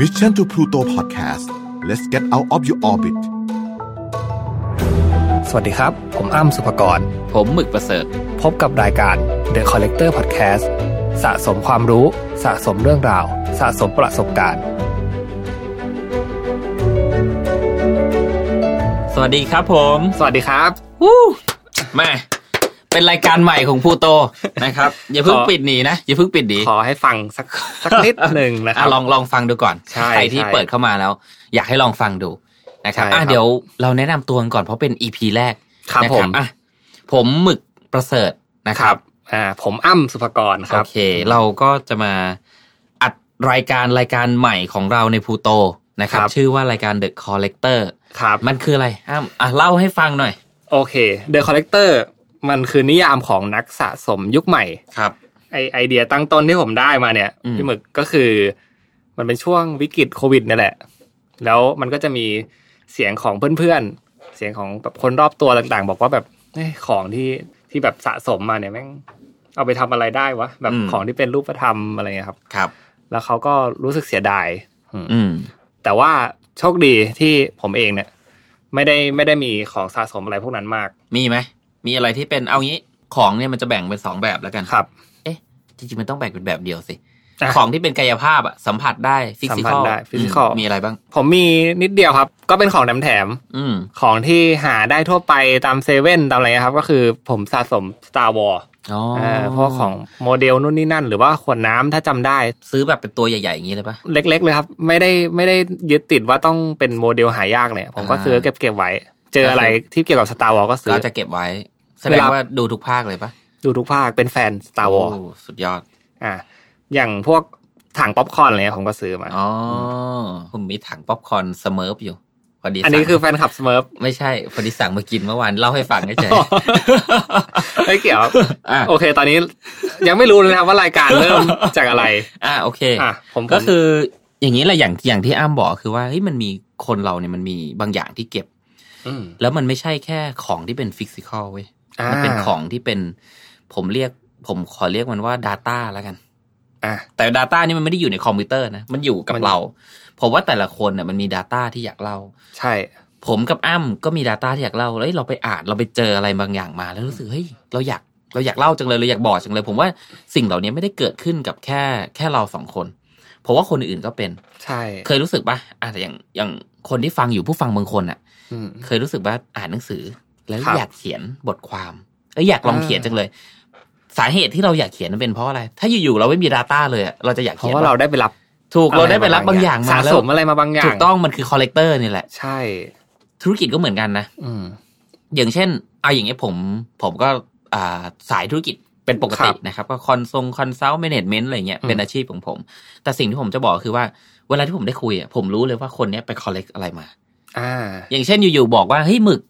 Mission to Pluto Podcast let's get out of your orbit สวัสดีครับ ผมอ้ำสุภกร ผมหมึกประเสริฐ พบกับรายการ The Collector Podcast สะสมความรู้ สะสมเรื่องราว สะสมประสบการณ์ สวัสดีครับผม สวัสดีครับ วู้มา เป็นรายการใหม่ของพู โตนะครับ อย่าเพิ่ง ขอ ปิดหนีนะ อย่าเพิ่งปิดหนี ขอให้ฟังสักสักนิดหนึ่งนะครั อ่ะ บ ลองลองฟังดูก่อน ใช่ รที่ ใช่ เปิดเข้ามาแล้ว อยากให้ลองฟังดูนะครับ ใช่ อ่ะ ครับ เดี๋ยวเราแนะนำตัวกันก่อนเพราะเป็นอีพีแรก ครับ นะ ผม อ่ะผมหมึกประเสริฐนะครับ อ่าผมอ้ำสุภกรค โอ รับ เค เราก็จะมาอัดรายการรายการใหม่ของเราในพูโตนะครับ ครับ ชื่อว่ารายการ The Collector ครับ มันคืออะไรอ้ามอ่ะเล่าให้ฟังหน่อย โอเค The Collector มันคือนิยามของนักสะสมยุคใหม่ ครับ ไอไอเดียตั้งต้นที่ผมได้มาเนี่ย อืม พี่หมึกก็คือ มันเป็นช่วงวิกฤตโควิดเนี่ยแหละ แล้วมันก็จะมีเสียงของเพื่อนๆ เสียงของแบบคนรอบตัวต่างๆ บอกว่าแบบเอ้ยของที่ที่แบบสะสมมาเนี่ยแม่งเอาไปทำอะไรได้วะแบบของที่เป็นรูปธรรมอะไรเงี้ยครับ ครับ แล้วเขาก็รู้สึกเสียดายอืม อืม แต่ว่าโชคดีที่ผมเองเนี่ย ไม่ได้ไม่ได้มีของสะสมอะไรพวกนั้นมาก มีไหม มีอะไรที่เป็นเอางี้ ของเนี่ยมันจะแบ่งเป็นสองแบบแล้วกัน ครับ เอ๊ะ จริงๆ มันต้องแบ่งเป็นแบบเดียวสิ อ่ะ ของที่เป็นกายภาพอะสัมผัสได้ฟิ สั สิ ม ก ผัส อล ได้ physical มีอะไรบ้าง ผมมีนิดเดียวครับ ก็เป็นของแถมแถมๆ อืม ของที่หาได้ทั่วไปตามเซเว่นตามอะไรนะครับ ก็คือผมสะสม Star War อ๋อ อ่าพวกของโมเดลนู่นนี่นั่น หรือว่าขวดน้ำถ้าจำได้ ซื้อแบบเป็นตัวใหญ่ๆ อย่างนี้เลยปะ เล็ก ๆ เลยครับ ไม่ได้ไม่ได้ยึดติดว่าต้องเป็นโมเดลหายากเนี่ย ผมก็ อ่า ซื้อเก็บเก็บไว้ เจออะไรที่เกี่ยวกับ Star War ก็ซื้อ เราจะเก็บไว้ แสดง เวลา ว่าดูทุกภาคเลยปะ ดูทุกภาคเป็นแฟน Star โอ้ War สุดยอด อ่าอย่างพวกถังป๊อปคอร์นอะไรเงี้ยผมก็ซื้อมา อ๋อ ผมมีถังป๊อปคอร์นสเมิร์ฟอยู่ พอดี อันนี้ สั่ง คือแฟนคลับสเมิร์ฟ ไม่ใช่ พอดีสั่งมากินเมื่อวานเล่าให้ฟังเฉย อ๋อ ไม่เกี่ยวครับ ๆอ่ะ โอเค ตอนนี้ยังไม่รู้เลยนะครับว่ารายการเริ่มจากอะไร อ่ะโอเค อ่ะผมผม ก็คืออย่างนี้แหละอย่างอย่างที่อ้ามบอกคือว่าเฮ้ยมันมีคนเราเนี่ยมันมีบางอย่างที่เก็บ แล้วมันไม่ใช่แค่ของที่เป็นฟิสิกอลเว้ยมันเป็นของที่เป็น ผมเรียก ผมขอเรียกมันว่า Data แล้วกัน อ่ะ แต่ Data นี่มันไม่ได้อยู่ในคอมพิวเตอร์นะมันอยู่กับ มัน เราผมว่าแต่ละคนเนี่ยมันมี Data ที่อยากเล่า ใช่ ผมกับอ้ำก็มี Data ที่อยากเล่าแล้วเอ้ยเราไปอ่านเราไปเจออะไรบางอย่างมาแล้วรู้สึกเฮ้ยเราอยากเราอยากเล่าจังเลยเราอยากบอกจังเลย ผมว่าสิ่งเหล่านี้ไม่ได้เกิดขึ้นกับแค่แค่เราสองคนผมว่าคนอื่นก็เป็น ใช่ เคยรู้สึกปะอ่ะแต่อย่างอย่างคนที่ฟังอยู่ผู้ฟังบางคนอ่ะ อืม เคยรู้สึกว่าอ่านหนังสือ แล้ว ครับ อยากเขียนบทความเอ้ยอยากลอง อ่า เขียนจังเลย สาเหตุที่เราอยากเขียนมันเป็นเพราะอะไร ถ้าอยู่ๆเราไม่มี Data เลยอะเราจะอยาก เพ เขี ราะ ยน ว่าเราได้ไปรับ ถูกเราได้ไปรับบางอย่างมา สะ แล้ว สมอะไรมาบางอย่าง ถูกต้องมันคือคอลเลกเตอร์นี่แหละ ใช่ ธุรกิจก็เหมือนกันนะ อืม อย่างเช่นเอาอย่างเงี้ยผม ผมก็อ่าสายธุรกิจเป็นปกตินะครับ ก็คอนทรงคอนซัลท์แมเนจเมนต์อะไรเงี้ย อืม เป็นอาชีพของผม แต่สิ่งที่ผมจะบอกคือว่า เวลาที่ผมได้คุยอะผมรู้เลยว่าคนเนี้ยไปคอลเลกอะไรมา อ่า อย่างเช่นอยู่ๆบอกว่าเฮ้ยหมึก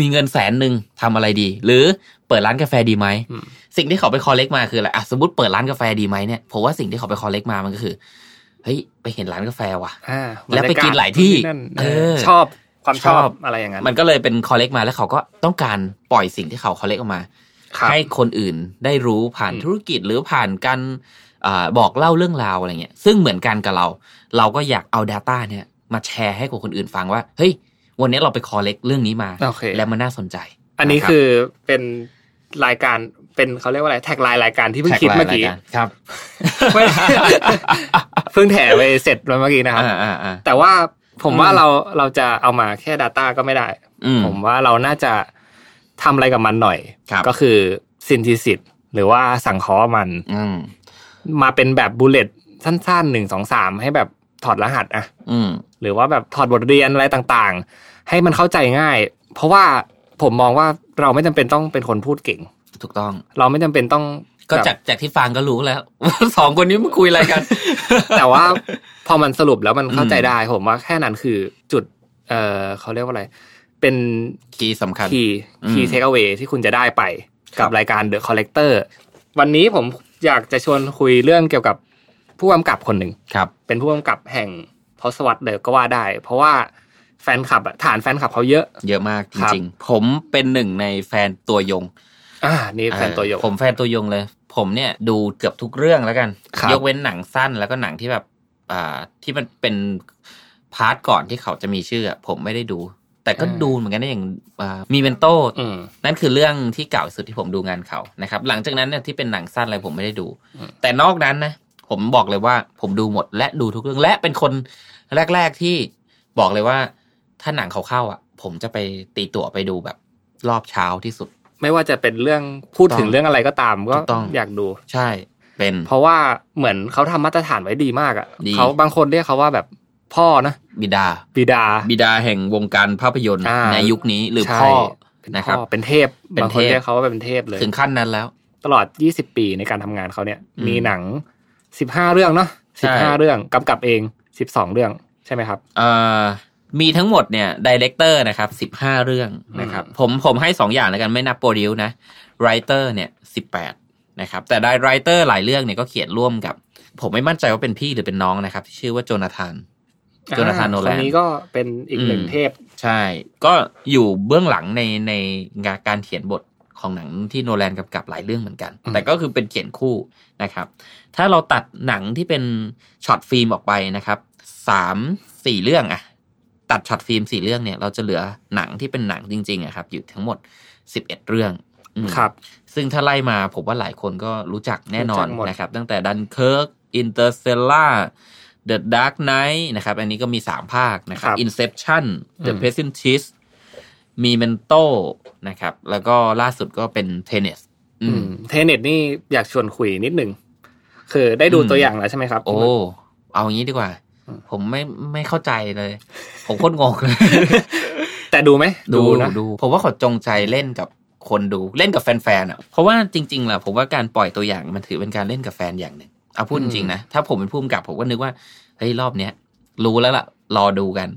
มีเงินแสนหนึ่งทำอะไรดี หรือเปิดร้านกาแฟดีไหม อืม สิ่งที่เขาไปคอลเลกมาคืออะไรอ่ะสมมติเปิดร้านกาแฟดีไหมเนี่ยผมว่าสิ่งที่เขาไปคอลเลกมามันก็คือเฮ้ยไปเห็นร้านกาแฟว่ะ อ่า แล้วไปกินหลายที่ บรรกศนั่น เออ ชอบความชอ ช บ อบ อะไรอย่างนั้น มันก็เลยเป็นคอลเลกมาแล้วเขาก็ต้องการปล่อยสิ่งที่เขาคอลเลกออกมา ครับ ให้คนอื่นได้รู้ผ่าน อืม ธุรกิจหรือผ่านการอ่าบอกเล่าเรื่องราวอะไรเงี้ยซึ่งเหมือนกันกับเรา เราก็อยากเอา Data เนี่ยมาแชร์ให้กับคนอื่นฟังว่าเฮ้ยวันนี้เราไปคอลเลกเรื่องนี้มา โอเค และมันน่าสนใจ อันนี้คือเป็นรายการเป็นเขาเรียกว่าอะไรแท็กไลน์รายการที่เพิ่งคิดเมื่อกี้ ครับ ไม่เพิ่งแถไปเสร็จเมื่อกี้นะครับ อ่าอ่าอ่า แต่ว่าผม อืม ว่าเราเราจะเอามาแค่ Data ก็ไม่ได้ อืม ผมว่าเราน่าจะทำอะไรกับมันหน่อย ครับ ก็คือซินทิสิตหรือว่าสังเคราะห์มัน อืม มาเป็นแบบบูลเลตสั้นๆหนึ่งสองสามให้แบบถอดรหัสอะ อืม หรือว่าแบบถอดบทเรียนอะไรต่างๆ ให้มันเข้าใจง่าย เพราะว่าผมมองว่าเราไม่จำเป็นต้องเป็นคนพูดเก่ง ถูกต้อง เราไม่จำเป็น ต้อง ก็จากจากที่ฟังก็รู้แล้ว ว่าสองคนนี้มาคุยอะไรกัน แบบแต่ว่าพอมันสรุปแล้วมันเข้าใจ อืม ได้ ผมว่าแค่นั้นคือจุดเออเขาเรียกว่าอะไร เป็น คีย์สำคัญ คีย์ อืม คีย์เทคเอาไว้ที่คุณจะได้ไป ครั กับบ รายการ The Collector วันนี้ผมอยากจะชวนคุยเรื่องเกี่ยวกับผู้กำกับคนหนึ่ง ครับ เป็นผู้กำกับแห่งทศวรรษเดอะก็ว่าได้ เพราะว่าแฟนคลับอะฐานแฟนคลับเขาเยอะ เยอะมากจ ครับ ริงๆ ผมเป็นหนึ่งในแฟนตัวยง อ่านี่แฟนตัวยง เออผมแฟนตัวยงเลย ผมเนี่ยดูเกือบทุกเรื่องแล้วกัน ครับ ยกเว้นหนังสั้นแล้วก็หนังที่แบบ อ่า ที่มันเป็นพาร์ทก่อนที่เขาจะมีชื่ออะผมไม่ได้ดู แต่ก็ อ่า ดูเหมือนกันนะอย่างอ่ามีเวนโต อืม นั่นคือเรื่องที่เก่าที่สุดที่ผมดูงานเขานะครับ หลังจากนั้นเนี่ยที่เป็นหนังสั้นอะไรผมไม่ได้ดู อืม แต่นอกนั้นนะผมบอกเลยว่าผมดูหมดและดูทุกเรื่องและเป็นคนแรก ๆที่บอกเลยว่า ถ้าหนังเขาเข้าอ่ะ ผมจะไปตีตั๋วไปดูแบบรอบเช้าที่สุด ไม่ว่าจะเป็นเรื่องพูดถึงเรื่องอะไรก็ตามก็ ถูกต้อง อยากดู ใช่เป็น เพราะว่าเหมือนเขาทำมาตรฐานไว้ดีมากอ่ะ ดี เขาบางคนเรียกเขาว่าแบบพ่อนะ บิดา บิดา บิดาแห่งวงการภาพยนตร์ อ่า ในยุคนี้หรือ ใช่ พ่อ เป็น นะค พ่ รับ อเป็นเทพ เป็น บางคน เทพ เรียกเขาว่าเป็นเทพเลย ถึงขั้นนั้นแล้ว ตลอด 20 ปีในการทำงานเขาเนี่ย อืม มีหนัง 15 เรื่องเนาะ ใช่ 15 เรื่องกำกับเอง 12 เรื่องใช่ไหมครับ เอ่อมีทั้งหมดเนี่ยดีเลกเตอร์นะครับสิบห้าเรื่องนะครับผมผมให้สองอย่างแล้วกันไม่นับโปรดิวนะไรเตอร์เนี่ยสิบแปดนะครับแต่ได้ไรเตอร์หลายเรื่องเนี่ยก็เขียนร่วมกับ ผมไม่มั่นใจว่าเป็นพี่หรือเป็นน้องนะครับ ที่ชื่อว่าโจนาธาน โจนาธาน อ่ โนแลน คนี้ก็เป็นอีกหนึ่งเทพ ใช่ ก็อยู่เบื้องหลังในในงานการเขียนบทของหนังที่โนแลนกำกับหลายเรื่องเหมือนกัน อืม แต่ก็คือเป็นเขียนคู่นะครับ ถ้าเราตัดหนังที่เป็นช็อตฟิล์มออกไปนะครับสามสี่เรื่องอะตัดช็อตฟิล์มสี่เรื่องเนี่ย เราจะเหลือหนังที่เป็นหนังจริงๆอะครับ อยู่ทั้งหมดสิบเอ็ดเรื่องอืม ครับ ซึ่งถ้าไล่มาผมว่าหลายคนก็รู้จักแน่นรู้อนจักหมด นะครับ ตั้งแต่ดันเคิร์กอินเตอร์เซลล่าเดอะดาร์กไนท์นะครับ อันนี้ก็มี 3 ภาคนะครับอินเซ t ชั่นเดอะเพส n นชิสมีเมนโตนะครับ แล้วก็ล่าสุดก็เป็นเทนเนส อืมเทเน็ตนี่อยากชวนคุยนิดหนึ่งคือได้ดู อืม ตัวอย่างแล้ว ใช่ไหมครับ โอ้ เอางี้ดีกว่า ผมไม่ไม่เข้าใจเลย ผมโคตรงงเลย แต่ดูไหม ดู นะ ดูผมว่าเขาจงใจเล่นกับคนดูเล่นกับแฟนๆอ่ะเพราะว่าจริงๆแหละผมว่าการปล่อยตัวอย่างมันถือเป็นการเล่นกับแฟนอย่างหนึ่งเอาพูด อืมจริงๆนะถ้าผมเป็นผู้กำกับผมก็นึกว่าเฮ้ยรอบเนี้ยรู้แล้วล่ะ รอดูกัน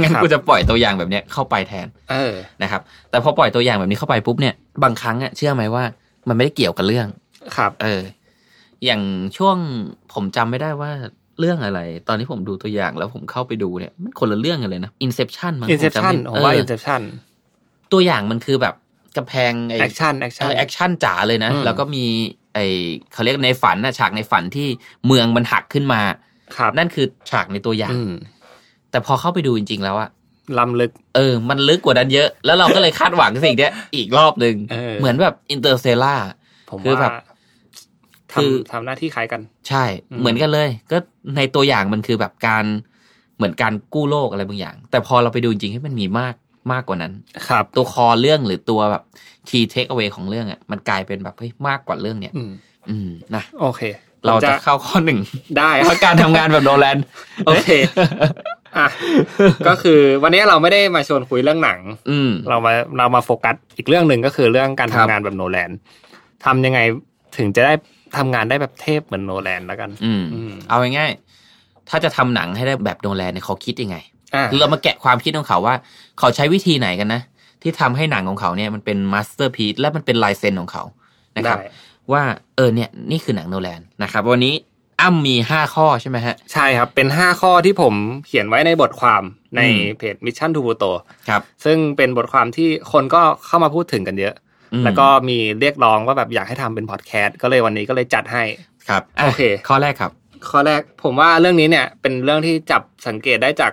งั้นกูจะปล่อยตัวอย่างแบบเนี้ยเข้าไปแทน เออ นะครับ แต่พอปล่อยตัวอย่างแบบนี้เข้าไปปุ๊บเนี่ยบางครั้งอ่ะเชื่อไหมว่ามันไม่ได้เกี่ยวกับเรื่อง ครับ เออ อย่างช่วงผมจำไม่ได้ว่าเรื่องอะไร ตอนที่ผมดูตัวอย่างแล้วผมเข้าไปดูเนี่ยมันคนละเรื่องกันเลยนะ Inception มั้งผมจำไม่ Inception ผมว่า Inception ตัวอย่างมันคือแบบกำแพงไอ้ Action เอ Action อแอคชั่นจ๋าเลยนะ อืม แล้วก็มีไอ้เขาเรียกในฝันนะฉากในฝันที่เมืองมันหักขึ้นมา ครับ นั่นคือฉากในตัวอย่าง อืม แต่พอเข้าไปดูจริง ๆ แล้วอะ ลำลึก เออ มันลึกกว่านั้นเยอะ แล้วเราก็เลยคาดหวังสิ่งเนี้ย อีกรอบหนึ่ง เออ เหมือนแบบอินเตอร์เซล่า ผม คือ ว่า แบบ ท คือ ำทำหน้าที่คล้ายกัน ใช่ อืม เหมือนกันเลย ก็ในตัวอย่างมันคือแบบการเหมือนการกู้โลกอะไรบางอย่าง แต่พอเราไปดูจริงๆให้มันมีมากมากกว่านั้น ครับ ตัวคอเรื่องหรือตัวแบบคีย์เทคเอาไว้ของเรื่องอะมันกลายเป็นแบบเฮ้ยมากกว่าเรื่องเนี่ย อืม อืมนะ โอเค เราจะ ผม เข้าข้อหนึ่ง ได้ค เพ รับ ราะการทำงานแบบโนแลน โอเค อ่ะ ก็คือวันนี้เราไม่ได้มาชวนคุยเรื่องหนัง อืม เรามาเรามาโฟกัสอีกเรื่องหนึ่งก็คือเรื่องการ ค ทำ รับ งานแบบโนแลนทำยังไงถึงจะได้ทำงานได้แบบเทพเหมือนโนแลนแล้วกัน อืม อืม เอาง่ายๆถ้าจะทำหนังให้ได้แบบโนแลนเนี่ยเขาคิดยังไง อ่ะ คือเรามาแกะความคิดของเขาว่า เขาใช้วิธีไหนกันนะ ที่ทำให้หนังของเขาเนี่ยมันเป็นมาสเตอร์พี e และมันเป็นลายเซ็นของเขานะครับ ได้ ว่าเออเนี่ยนี่คือหนังโนแลนนะครับ วันนี้อ้ำมีห้าข้อใช่ไหมฮะ ใช่ครับ เป็นห้าข้อที่ผมเขียนไว้ในบทความใน อืม เพจ Mission to Pluto ครับ ซึ่งเป็นบทความที่คนก็เข้ามาพูดถึงกันเยอะ อืม แล้วก็มีเรียกร้องว่าแบบอยากให้ทำเป็นพอดแคสต์ก็เลยวันนี้ก็เลยจัดให้ ครับะ โอเค ข้อแรกครับ ข้อแรกผมว่าเรื่องนี้เนี่ยเป็นเรื่องที่จับสังเกตได้จาก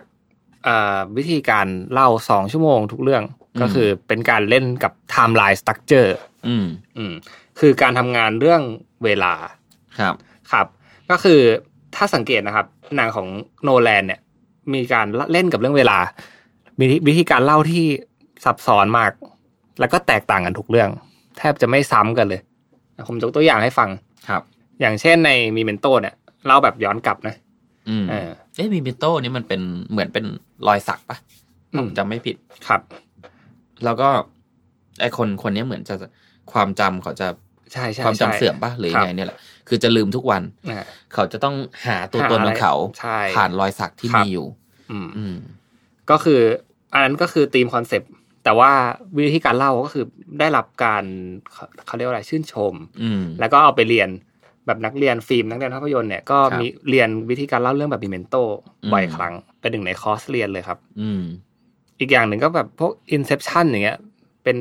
เอ่อวิธีการเล่าสองชั่วโมงทุกเรื่อง อืม ก็คือเป็นการเล่นกับไทม์ไลน์สตั๊กเจอร์ อืม คือการทำงานเรื่องเวลา ครับ ครับ ก็คือถ้าสังเกตนะครับหนังของโนแลนเนี่ยมีการเล่นกับเรื่องเวลา มีวิธีการเล่าที่ซับซ้อนมาก แล้วก็แตกต่างกันทุกเรื่อง แทบจะไม่ซ้ำกันเลย ผมยกตัวอย่างให้ฟัง ครับ อย่างเช่นในมีเมนโตเนี่ยเล่าแบบย้อนกลับนะ อืม เออ เอ๊ะมีเมโต้นี่มันเป็นเหมือนเป็นรอยสักปะ อืม ผมจำไม่ผิด ครับ แล้วก็ ไอคนคนนี้เหมือนจะความจำเขาจะ ใช่ใช่ ความจำ ใช่ เสื่อมปะหรือยังคไงรับ เนี่ยแหละคือจะลืมทุกวัน อ่า เขาจะต้องหาตัวตน หาอะไร ของเขา ใช่ ผ่านรอยสักที่ ครับ มีอยู่ อืม อืม ก็คืออันนั้นก็คือธีมคอนเซปต์แต่ว่าวิธีการเล่าก็คือได้รับการเขาเขาเรียกว่าอะไรชื่นชม อืม แล้วก็เอาไปเรียนแบบนักเรียนฟิล์มนักเรียนภาพยนตร์เนี่ยก็ ครับ มีเรียนวิธีการเล่าเรื่องแบบบิเมนโต อืม บ่อยครั้งเป็นหนึ่งในคอร์สเรียนเลยครับ อืม อีกอย่างหนึ่งก็แบบพวก Inception อย่างเงี้ยเป็น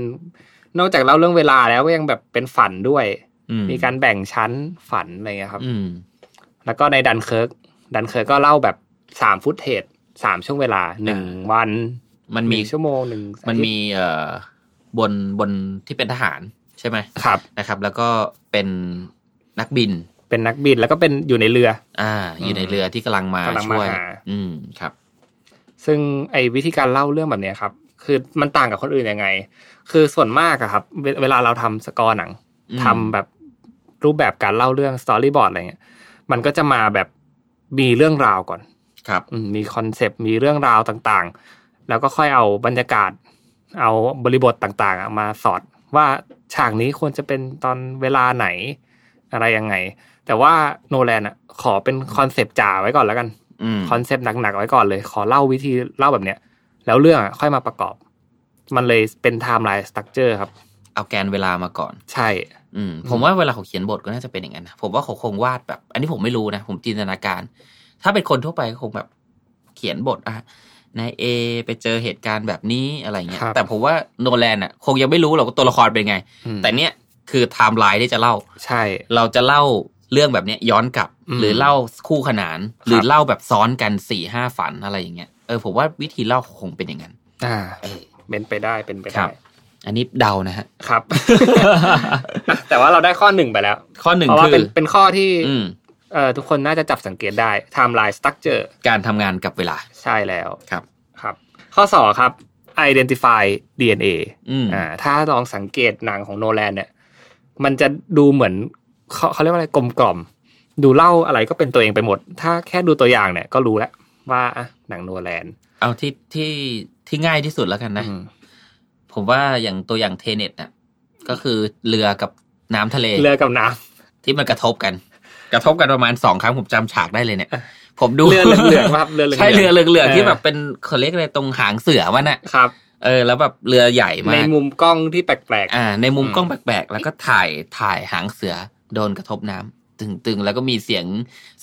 นอกจากเล่าเรื่องเวลาแล้วก็ยังแบบเป็นฝันด้วย อืม มีการแบ่งชั้นฝันอะไรเงี้ยครับ อืม แล้วก็ในดันเคิร์ก ดันเคยก็เล่าแบบสามฟุตเทจสามช่วงเวลาหนึ่งวัน มันมี หงชั่วโมงหนึ่ง มันมีเอ่อบนบนที่เป็นทหารใช่ไหม ครับ นะครับ แล้วก็เป็นนักบิน เป็นนักบินแล้วก็เป็นอยู่ในเรือ อ่า อยู่ในเรือที่กำลังมาก ำลังมา ช่วย หา อืมครับ ซึ่งไอ้วิธีการเล่าเรื่องแบบเนี้ยครับ คือมันต่างกับคนอื่นยังไง คือส่วนมากอะครับ เวเวลาเราทำสกอร์หนัง อืม ทำแบบรูปแบบการเล่าเรื่องสตอรี่บอร์ดอะไรเงี้ยมันก็จะมาแบบมีเรื่องราวก่อน ครับ อืมมีคอนเซปต์มีเรื่องราวต่างๆ แล้วก็ค่อยเอาบรรยากาศ เอาบริบทต่างๆอะมาสอดว่าฉากนี้ควรจะเป็นตอนเวลาไหน อะไรยังไง แต่ว่าโนแลนอ่ะ ขอเป็นคอนเซปต์จ๋าไว้ก่อนแล้วกัน อืม คอนเซปต์หนักๆไว้ก่อนเลย ขอเล่าวิธีเล่าแบบเนี้ย แล้วเรื่องอะค่อยมาประกอบ มันเลยเป็นไทม์ไลน์สตั๊กเจอร์ครับ เอาแกนเวลามาก่อน ใช่ อืมผมว่าเวลาเขาเขียนบทก็น่าจะเป็นอย่างนั้นนะผมว่าเขาคงวาดแบบ อันนี้ผมไม่รู้นะ ผมจินตนาการ ถ้าเป็นคนทั่วไปก็คงแบบเขียนบทอ่ะนายเอไปเจอเหตุการณ์แบบนี้อะไรเงี้ย ครับ แต่ผมว่าโนแลนอ่ะ คงยังไม่รู้หรอกว่าตัวละครเป็นไง อืม แต่เนี้ยคือไทม์ไลน์ที่จะเล่า ใช่ เราจะเล่าเรื่องแบบเนี้ยย้อนกลับ อืม หรือเล่าคู่ขนาน ครับ หรือเล่าแบบซ้อนกันสี่ห้าฝันอะไรอย่างเงี้ยเออผมว่าวิธีเล่าคงเป็นอย่างนั้น อ่า เออ เป็นไปได้เป็นไป ครั ได้ บ อันนี้เดานะ ฮะ ครับ แต่ว่าเราได้ข้อหนึ่งไปแล้ว ข้อหนึ่ง เพราะว่า คื เป็น อ เป็นข้อที่ อืม เอ่อทุกคนน่าจะจับสังเกตได้ไทม์ไลน์สตั๊กเจอร์ การทำงานกับเวลา ใช่แล้ว ครับ ครับ ข้อสองครับ identify DNA อืม อ่าถ้าลองสังเกตหนังของโนแลนเนี่ย มันจะดูเหมือนเขาเขาเรียกว่าอะไรกลมกล่อม ดูเล่าอะไรก็เป็นตัวเองไปหมด ถ้าแค่ดูตัวอย่างเนี่ย ก็รู้แล้วว่าอ่ะหนังโนแลน เอาที่ที่ที่ง่ายที่สุดแล้วกันนะ อืม ผมว่าอย่างตัวอย่างเทเน็ตน่ะก็คือเรือกับน้ำทะเล เรือกับน้ ที่มันกระทบกัน กระทบกันประมาณสองครั้งผมจำฉากได้เลยเนี่ย ผมดู เรือเหลืองๆป่ะครับเรือเหลืองๆ ใช่เรือเหลือง เออ ๆที่แบบเป็นเขาเรียกอะไรตรงหางเสือมันน่ะ ำครับ เออแล้วแบบเรือใหญ่ ใน มาก มุมกล้องที่แปลก อ่า ในมุม อืม กล้องแปลกๆแล้วก็ถ่ายถ่ายหางเสือโดนกระทบน้ำตึงๆ แล้วก็มีเสียง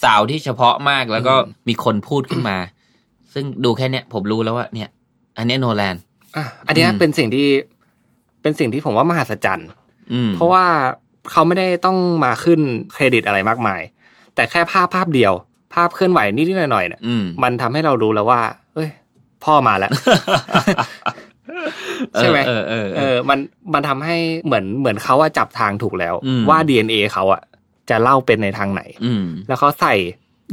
สาวด์ที่เฉพาะมากแล้วก็มีคนพูดขึ้นมา ซึ่งดูแค่เนี้ยผมรู้แล้วว่าเนี่ย อันเนี้ยโนแลน ๆอ่ะอันเนี้ย อืม เป็นสิ่งที่เป็นสิ่งที่ผมว่ามหัศจรรย์ อืม เพราะว่าเขาไม่ได้ต้องมาขึ้นเครดิตอะไรมากมาย แต่แค่ภาพภาพเดียว ภาพเคลื่อนไหวนิดๆหน่อยๆเนี่ย อืม มันทำให้เรารู้แล้วว่า เอ้ย พ่อมาแล้ว ใช่ไหม เออเออ เอ เออ อมันมันทำให้เหมือนเหมือนเขาอะจับทางถูกแล้ว อืม ว่า DNA เขาอะจะเล่าเป็นในทางไหน อืม แล้วเขาใส่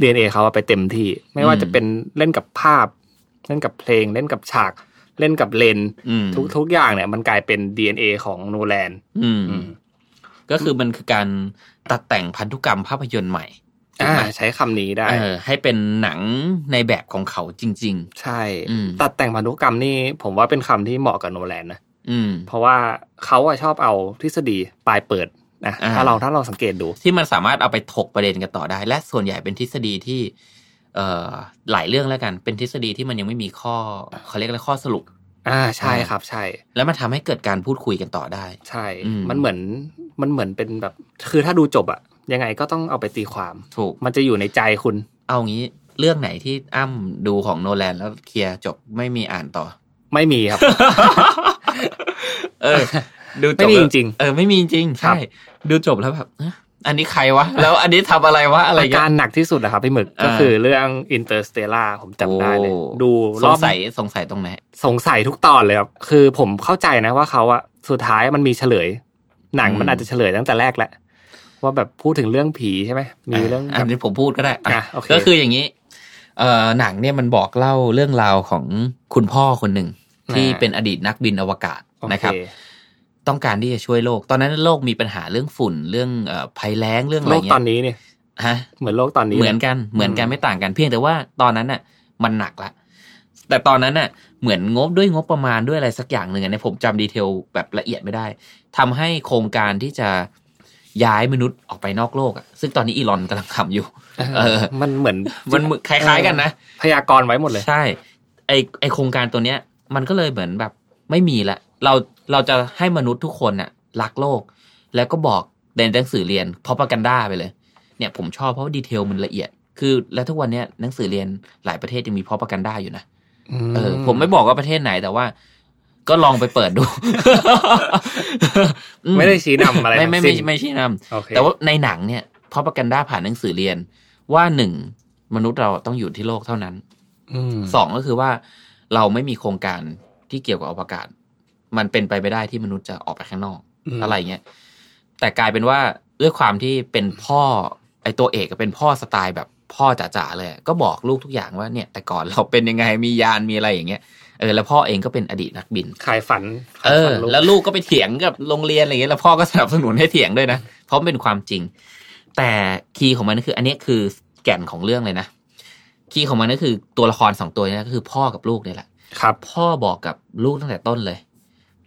DNA เขาอะไปเต็มที่ ไม่ว่า อืม จะเป็นเล่นกับภาพ เล่นกับเพลง เล่นกับฉาก เล่นกับเลนส์ อืม ทุกทุกอย่างเนี่ย มันกลายเป็น DNA ของโนแลน อืม อืม ก็คือมันคือการตัดแต่งพันธุกรรมภาพยนตร์ใหม่ถูก อ่า ไหม ใช้คำนี้ได้ เออ ให้เป็นหนังในแบบของเขาจริง ใช่ อืม ตัดแต่งพันธุกรรมนี่ผมว่าเป็นคำที่เหมาะกับโนแลนนะ ๆ อืม เพราะว่าเขาอะชอบเอาทฤษฎีปลายเปิดนะ อ่า ถ้าเราถ้าเราสังเกตดู ที่มันสามารถเอาไปถกประเด็นกันต่อได้ และส่วนใหญ่เป็นทฤษฎีที่ เอ่อหลายเรื่องแล้วกัน เป็นทฤษฎีที่มันยังไม่มีข้อเขาเรียกอะไรข้อสรุป อ่าใช่ อ่า ครับ ใช่ แล้วมันทำให้เกิดการพูดคุยกันต่อได้ ใช่ อืม มันเหมือนมันเหมือนเป็นแบบ คือถ้าดูจบอะยังไงก็ต้องเอาไปตีความ ถูก มันจะอยู่ในใจคุณ เอางี้เรื่องไหนที่อ้ำดูของโนแลนแล้วเคลียร์จบไม่มีอ่าน ต่อ ไม่มีครับ เออ ดูจบ ไม่มี แล้ว จริง เออไม่มีจริง ครั ใช่ บ ดูจบแล้วแบบเอ๊ะอันนี้ใคร วะ แล้วอันนี้ทำอะไรวะ อะไร อา เงี้ การ ย หนักที่สุดนะครับพี่หมึก อ่า ก็คือเรื่อง Interstellar ผมจำได้เลย โอ้ ดู ส รอง บ สัยสงสัยตรงไหน สงสัยทุกตอนเลยครับคือผมเข้าใจนะว่าเขาอะสุดท้ายมันมีเฉลย หนังมันอาจจะเฉลยตั้งแต่แรกแล้วว่าแบบพูดถึงเรื่องผีใช่ไหมมีเรื่อง ะ แบ อั บ นนี้ผมพูดก็ได้อ่ะ อ่ะโอเค ก็คืออย่างนี้เอ่อหนังเนี่ยมันบอกเล่าเรื่องราวของคุณพ่อคนหนึ่ง ที่เป็นอดีตนักบินอวกาศ โอเ นะครับ ต้องการที่จะช่วยโลก ตอนนั้นโลกมีปัญหาเรื่องฝุ่นเรื่องเอ่อภัยแล้งเรื่องอะ โล ไร กต เงี้ อน ย นี้เนี่ย ฮะ เหมือนโลกตอนนี้ เหมือน ลย กันเหมือนกัอืนม ไม่ต่างกันเพียงแต่ว่าตอนนั้นน่ะ มันหนักละ แต่ตอนนั้นน่ะ เหมือนงบด้วยงบประมาณด้วยอะไรสักอย่างหนึ่งอันนี้ผมจำดีเทลแบบละเอียดไม่ได้ทำให้โครงการที่จะย้ายมนุษย์ออกไปนอกโลกอะซึ่งตอนนี้อีลอนกำลังทำอยู่ เออ มันเหมือน มันเหมือนคล้าย ๆ กันนะ พยากรณ์ไว้หมดเลย ใช่ไอไอโครงการตัวเนี้ย มันก็เลยเหมือนแบบไม่มีละ เราเราจะให้มนุษย์ทุกคนน่ะรักโลก แล้วก็บอกในหนังสือเรียนพอประกันด้าไปเลย เนี่ยผมชอบเพราะว่าดีเทลมันละเอียด คือและทุกวันเนี้ยหนังสือเรียนหลายประเทศยังมีพอประกันด้าอยู่นะเออผมไม่บอกว่าประเทศไหนแต่ว่า ก็ลองไปเปิดดู อื ไม่ได้ชี้นำอะไร ไม่ไม่ไม่ ทั้งสิ้น ไม่ชี้นำ โอเค แต่ว่าในหนังเนี่ยพอประกันด้าผ่านหนังสือเรียนว่าหนึ่ง มนุษย์เราต้องอยู่ที่โลกเท่านั้น อืม สองก็คือว่าเราไม่มีโครงการที่เกี่ยวกับอวกาศ มันเป็นไปไม่ได้ที่มนุษย์จะออกไปข้างนอก ม อะไรเงี้ย แต่กลายเป็นว่าด้วยความที่เป็นพ่อ ไอตัวเอกก็เป็นพ่อสไตล์แบบพ่อจ๋าๆเลย ก็บอกลูกทุกอย่างว่าเนี่ย แต่ก่อนเราเป็นยังไงมียานมีอะไรอย่างเงี้ยเออแล้วพ่อเองก็เป็นอดีตนักบิน ขายฝัน เออ ขายฝันก แล้วลูกก็ไปเถียงกับโรงเรียนอะไรเงี้ยแล้วพ่อก็สนับสนุนให้เถียงด้วยนะ เพราะมันเป็นความจริง แต่คีย์ของมันก็คือ อันเนี้ยคือแก่นของเรื่องเลยนะ คีย์ของมันก็คือตัวละครสองตัวเนี้ก็คือพ่อกับลูกเนี่ยแหละ ครับ พ่อบอกกับลูกตั้งแต่ต้นเลย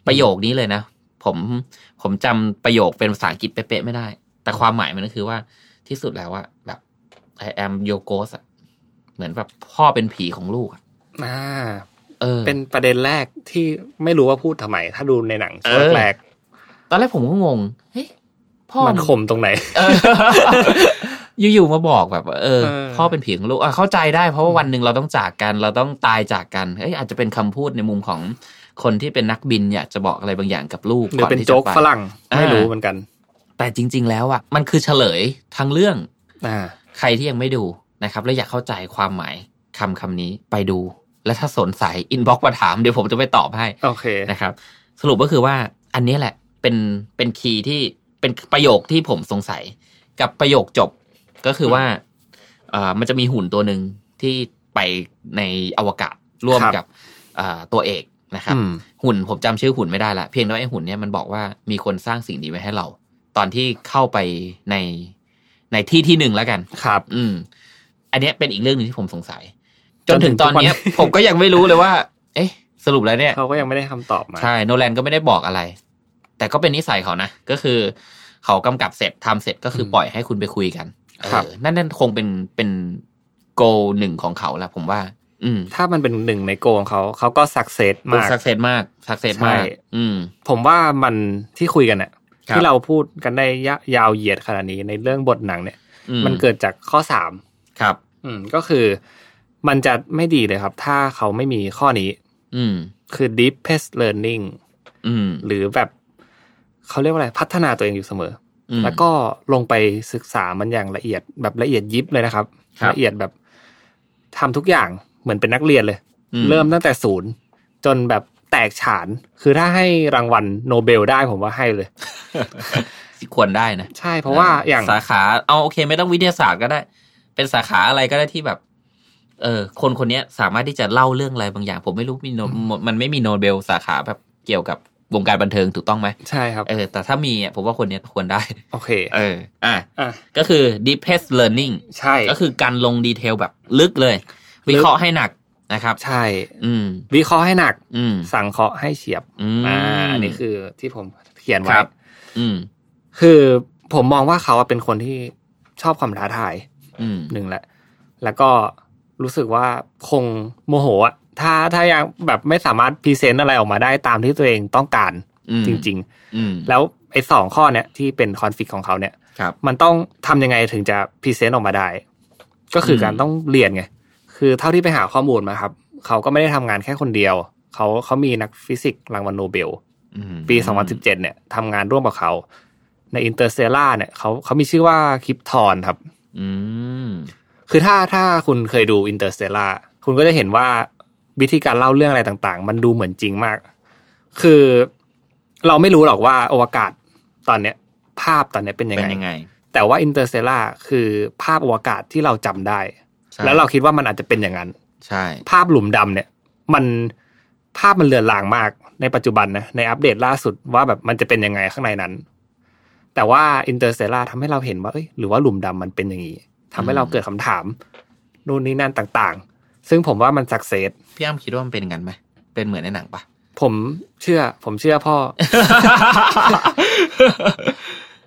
ประโยคนี้เลยนะ ผมผมจำประโยคเป็นภาษาอังกฤษเป๊ะๆไม่ได้ แต่ความหมายมันก็คือว่าที่สุดแล้วว่าแบบ I am your ghost อะเหมือนแบบพ่อเป็นผีของลูกอะ อ่า เออ เป็นประเด็นแรกที่ไม่รู้ว่าพูดทำไม ถ้าดูในหนัง เออ แรก ตอนแรกผมก็งงเฮ้ยพ่อ ๆมันข่มตรงไหน เอ ออยู่ๆมาบอกแบบว่าเออ เออ พ่อเป็นผีของลูกอ่ะเข้าใจได้ เพราะว่าวันหนึ่งเราต้องจากกัน เราต้องตายจากกันเอ้ยอาจจะเป็นคำพูดในมุมของคนที่เป็นนักบินอยากจะบอกอะไรบางอย่างกับลูก หรือ ก่อน เป็น ที่จะ โจ๊ก ไป ฝรั่ง ไม่ อ่า รู้เหมือนกัน แต่จริง ๆ แล้วอ่ะมันคือเฉลยทั้งเรื่อง อ่า ใครที่ยังไม่ดูนะครับ และอยากเข้าใจความหมายคำคำนี้ไปดู และถ้าสนใจอินบ็อกซ์มาถามเดี๋ยวผมจะไปตอบให้ โอเค นะครับสรุปก็คือว่าอันนี้แหละเป็นเป็นคีย์ที่เป็นประโยคที่ผมสงสัย กับประโยคจบก็คือว่าเอ่อมันจะมีหุ่นตัวหนึ่งที่ไปในอวกาศร่วม ครับ กับเอ่อตัวเอกนะครับ อืม หุ่นผมจำชื่อหุ่นไม่ได้ละเพียงแต่ว่าไอ้หุ่นเนี่ยมันบอกว่ามีคนสร้างสิ่งดีไว้ให้เรา ตอนที่เข้าไปในในที่ที่หนึ่งแล้วกัน ครับ อืม อันเนี้ยเป็นอีกเรื่องหนึ่งที่ผมสงสัย จ จ น นถึ ถึง ง ตอนเนี้ย ทุกวันนี้ ผมก็ยังไม่รู้เลยว่า เอ๊ะ สรุปแล้วเนี่ย เขาก็ยังไม่ได้คำตอบมา ใช่ โนแลนก็ไม่ได้บอกอะไร แต่ก็เป็นนิสัยเขานะ ก็คือ เขากำกับเสร็จทำเสร็จก็คืออ ม ปล่อยให้คุณไปคุยกัน ครับ เออนั่นนั่นคงเป็นเป็นโกหนึ่งของเขาแหละผมว่า อืม ถ้ามันเป็นหนึ่งในโกของเขาเขาก็สักเซสมาก สักเซสมากสักเซสมาก ใช่ อืม ผมว่ามันที่คุยกันเนี่ย ครับ ที่เราพูดกันได้ยะยาวเหยียดขนาดนี้ในเรื่องบทหนังเนี่ย อื มันเกิดจากข้อสาม ครับ อืมก็คือ มันจะไม่ดีเลยครับ ถ้าเขาไม่มีข้อนี้ อืม คือ deepest learning อืม หรือแบบเขาเรียกว่าอะไรพัฒนาตัวเองอยู่เสมอ อืม แล้วก็ลงไปศึกษามันอย่างละเอียดแบบละเอียดยิบเลยนะครับ ครับ ละเอียดแบบทำทุกอย่างเหมือนเป็นนักเรียนเลย อื เริ่มตั้งแต่ศูนย์จนแบบแตกฉาน คือถ้าให้รางวัลโนเบลได้ผมว่าให้เลย ควรได้นะ ใช่เพราะว่าอย่าง สาขา เอาโอเค ไม่ต้องวิทยาศาสตร์ก็ได้ เป็นสาขาอะไรก็ได้ที่แบบ เออ คนคนเนี้ยสามารถที่จะเล่าเรื่องอะไรบางอย่าง ผมไม่รู้มีโนมันไม่มีโนเบลสาขาแบบเกี่ยวกับวงการบันเทิงถูกต้องไหม ใช่ครับ เออ แต่ถ้ามีอ่ะผมว่าคนเนี้ยควรได้ โอเค เออ อ่ะ อ่ะ ก็คือ deepest learning ใช่ ก็คือการลงดีเทลแบบลึกเลย วิเคราะห์ให้หนักนะครับ ใช่ อืม วิเคราะห์ให้หนัก อืม สังเคราะห์ให้เฉียบ อืม อ่าอันนี้คือที่ผมเขียนไว้ ครับ อืม คือผมมองว่าเขาเป็นคนที่ชอบความท้าทาย อืม หนึ่งแหละ แล้วก็รู้สึกว่าคงโมโหอะถ้าถ้ายังแบบไม่สามารถพรีเซนต์อะไรออกมาได้ตามที่ตัวเองต้องการ อืม จริง อืม ๆ แล้วไอ้สองข้อเนี่ยที่เป็นคอนฟ lict ของเขาเนี่ย ครับ มันต้องทำยังไงถึงจะพรีเซนต์ออกมาได้ ก็คือ ม การต้องเรียนไง คือเท่าที่ไปหาข้อมูลมาครับ เขาก็ไม่ได้ทำงานแค่คนเดียว เขาเขามีนักฟิสิกส์รางวัลโนเบล อืม ปี 2017 เนี่ยทำงานร่วมกับเขา ในอินเตอร์เซล่าเนี่ยเขาเขามีชื่อว่าคลิปทอนครับ อืม คือถ้าถ้าคุณเคยดู Interstellar คุณก็จะเห็นว่าวิธีการเล่าเรื่องอะไรต่างๆ มันดูเหมือนจริงมาก คือเราไม่รู้หรอกว่าอวกาศตอนเนี้ย ภาพตอนเนี้ยเป็นยัง เป็น ไง ยังไง แต่ว่า Interstellar คือภาพอวกาศที่เราจำได้ ใช่ แล้วเราคิดว่ามันอาจจะเป็นอย่างนั้น ใช่ ภาพหลุมดำเนี่ย มันภาพมันเลือนลางมากในปัจจุบันนะในอัปเดตล่าสุดว่าแบบมันจะเป็นยังไงข้างในนั้น แต่ว่าอินเตอร์เซล่าทำให้เราเห็นว่าเอ้ยหรือว่าหลุมดำมันเป็นอย่างนี้ทำให้เราเกิดคำถามนู่นนี่นั่นต่างๆ ซึ่งผมว่ามันสักเซส พี่อ้ำคิดว่ามันเป็นอย่างนั้นไหมเป็นเหมือนในหนังปะ ผมเชื่อ ผมเชื่อพ่อ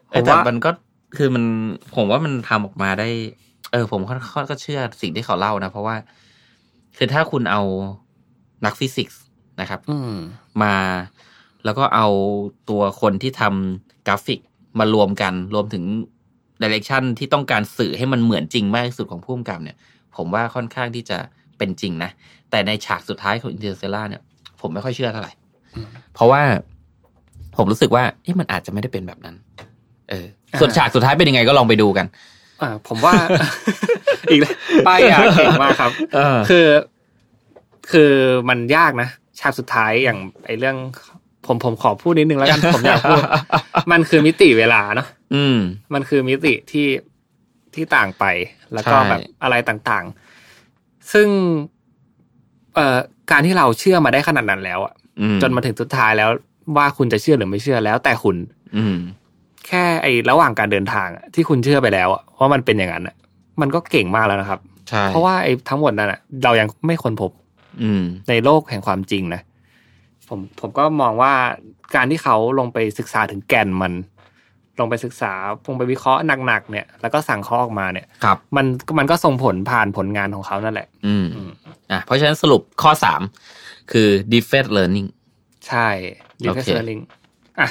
เออแต่ ผมว่ามั มันก็คือมันผมว่ามันทำออกมาได้ เออ ผมค่อนค่อนก็เชื่อสิ่งที่เขาเล่านะ เพราะว่า คือถ้าคุณเอานักฟิสิกส์นะครับ อืม มาแล้วก็เอาตัวคนที่ทำกราฟิกมารวมกันรวมถึงดิเรกชันที่ต้องการสื่อให้มันเหมือนจริงมากที่สุดของผู้กำกับเนี่ย ผมว่าค่อนข้างที่จะเป็นจริงนะ แต่ในฉากสุดท้ายของอินเตอร์เซล่าเนี่ย ผมไม่ค่อยเชื่อเท่าไหร่ อืม เพราะว่าผมรู้สึกว่าเอ๊ะมันอาจจะไม่ได้เป็นแบบนั้น เออ ส่วน อ่า ฉากสุดท้ายเป็นยังไงก็ลองไปดูกัน อ่าผมว่า อีกแล้วป้ายยาเก่งมากครับ เออ คือคือมันยากนะ ฉากสุดท้ายอย่างไอเรื่อง ผมผมขอพูดนิดนึงแล้วกัน ผมอยากพูด มันคือมิติเวลาเนาะ อืม มันคือมิติที่ที่ต่างไป แล้วก็ ใช่ แบบอะไรต่างๆ ซึ่ง เอ่อการที่เราเชื่อมาได้ขนาดนั้นแล้วอะ อืม จนมาถึงสุดท้ายแล้วว่าคุณจะเชื่อหรือไม่เชื่อแล้ว แต่คุณ อืม แค่ไอระหว่างการเดินทางอะที่คุณเชื่อไปแล้วอะว่ามันเป็นอย่างนั้นอะมันก็เก่งมากแล้วนะครับ ใช่ เพราะว่าไอทั้งหมดนั้นอะเรายังไม่ค้นพบ อืม ในโลกแห่งความจริงนะผมผมก็มองว่าการที่เขาลงไปศึกษาถึงแก่นมัน ลงไปศึกษาลงไปวิเคราะห์หนักๆเนี่ย แล้วก็สั่งข้อออกมาเนี่ย ครับ มันมันก็ส่งผลผ่านผลงานของเขานั่นแหละ อืม อืม อ่ะ เพราะฉะนั้นสรุปข้อสามคือ defense learning ใช่ดิ โอ เฟ เค เซอร์ลิงอ่ะ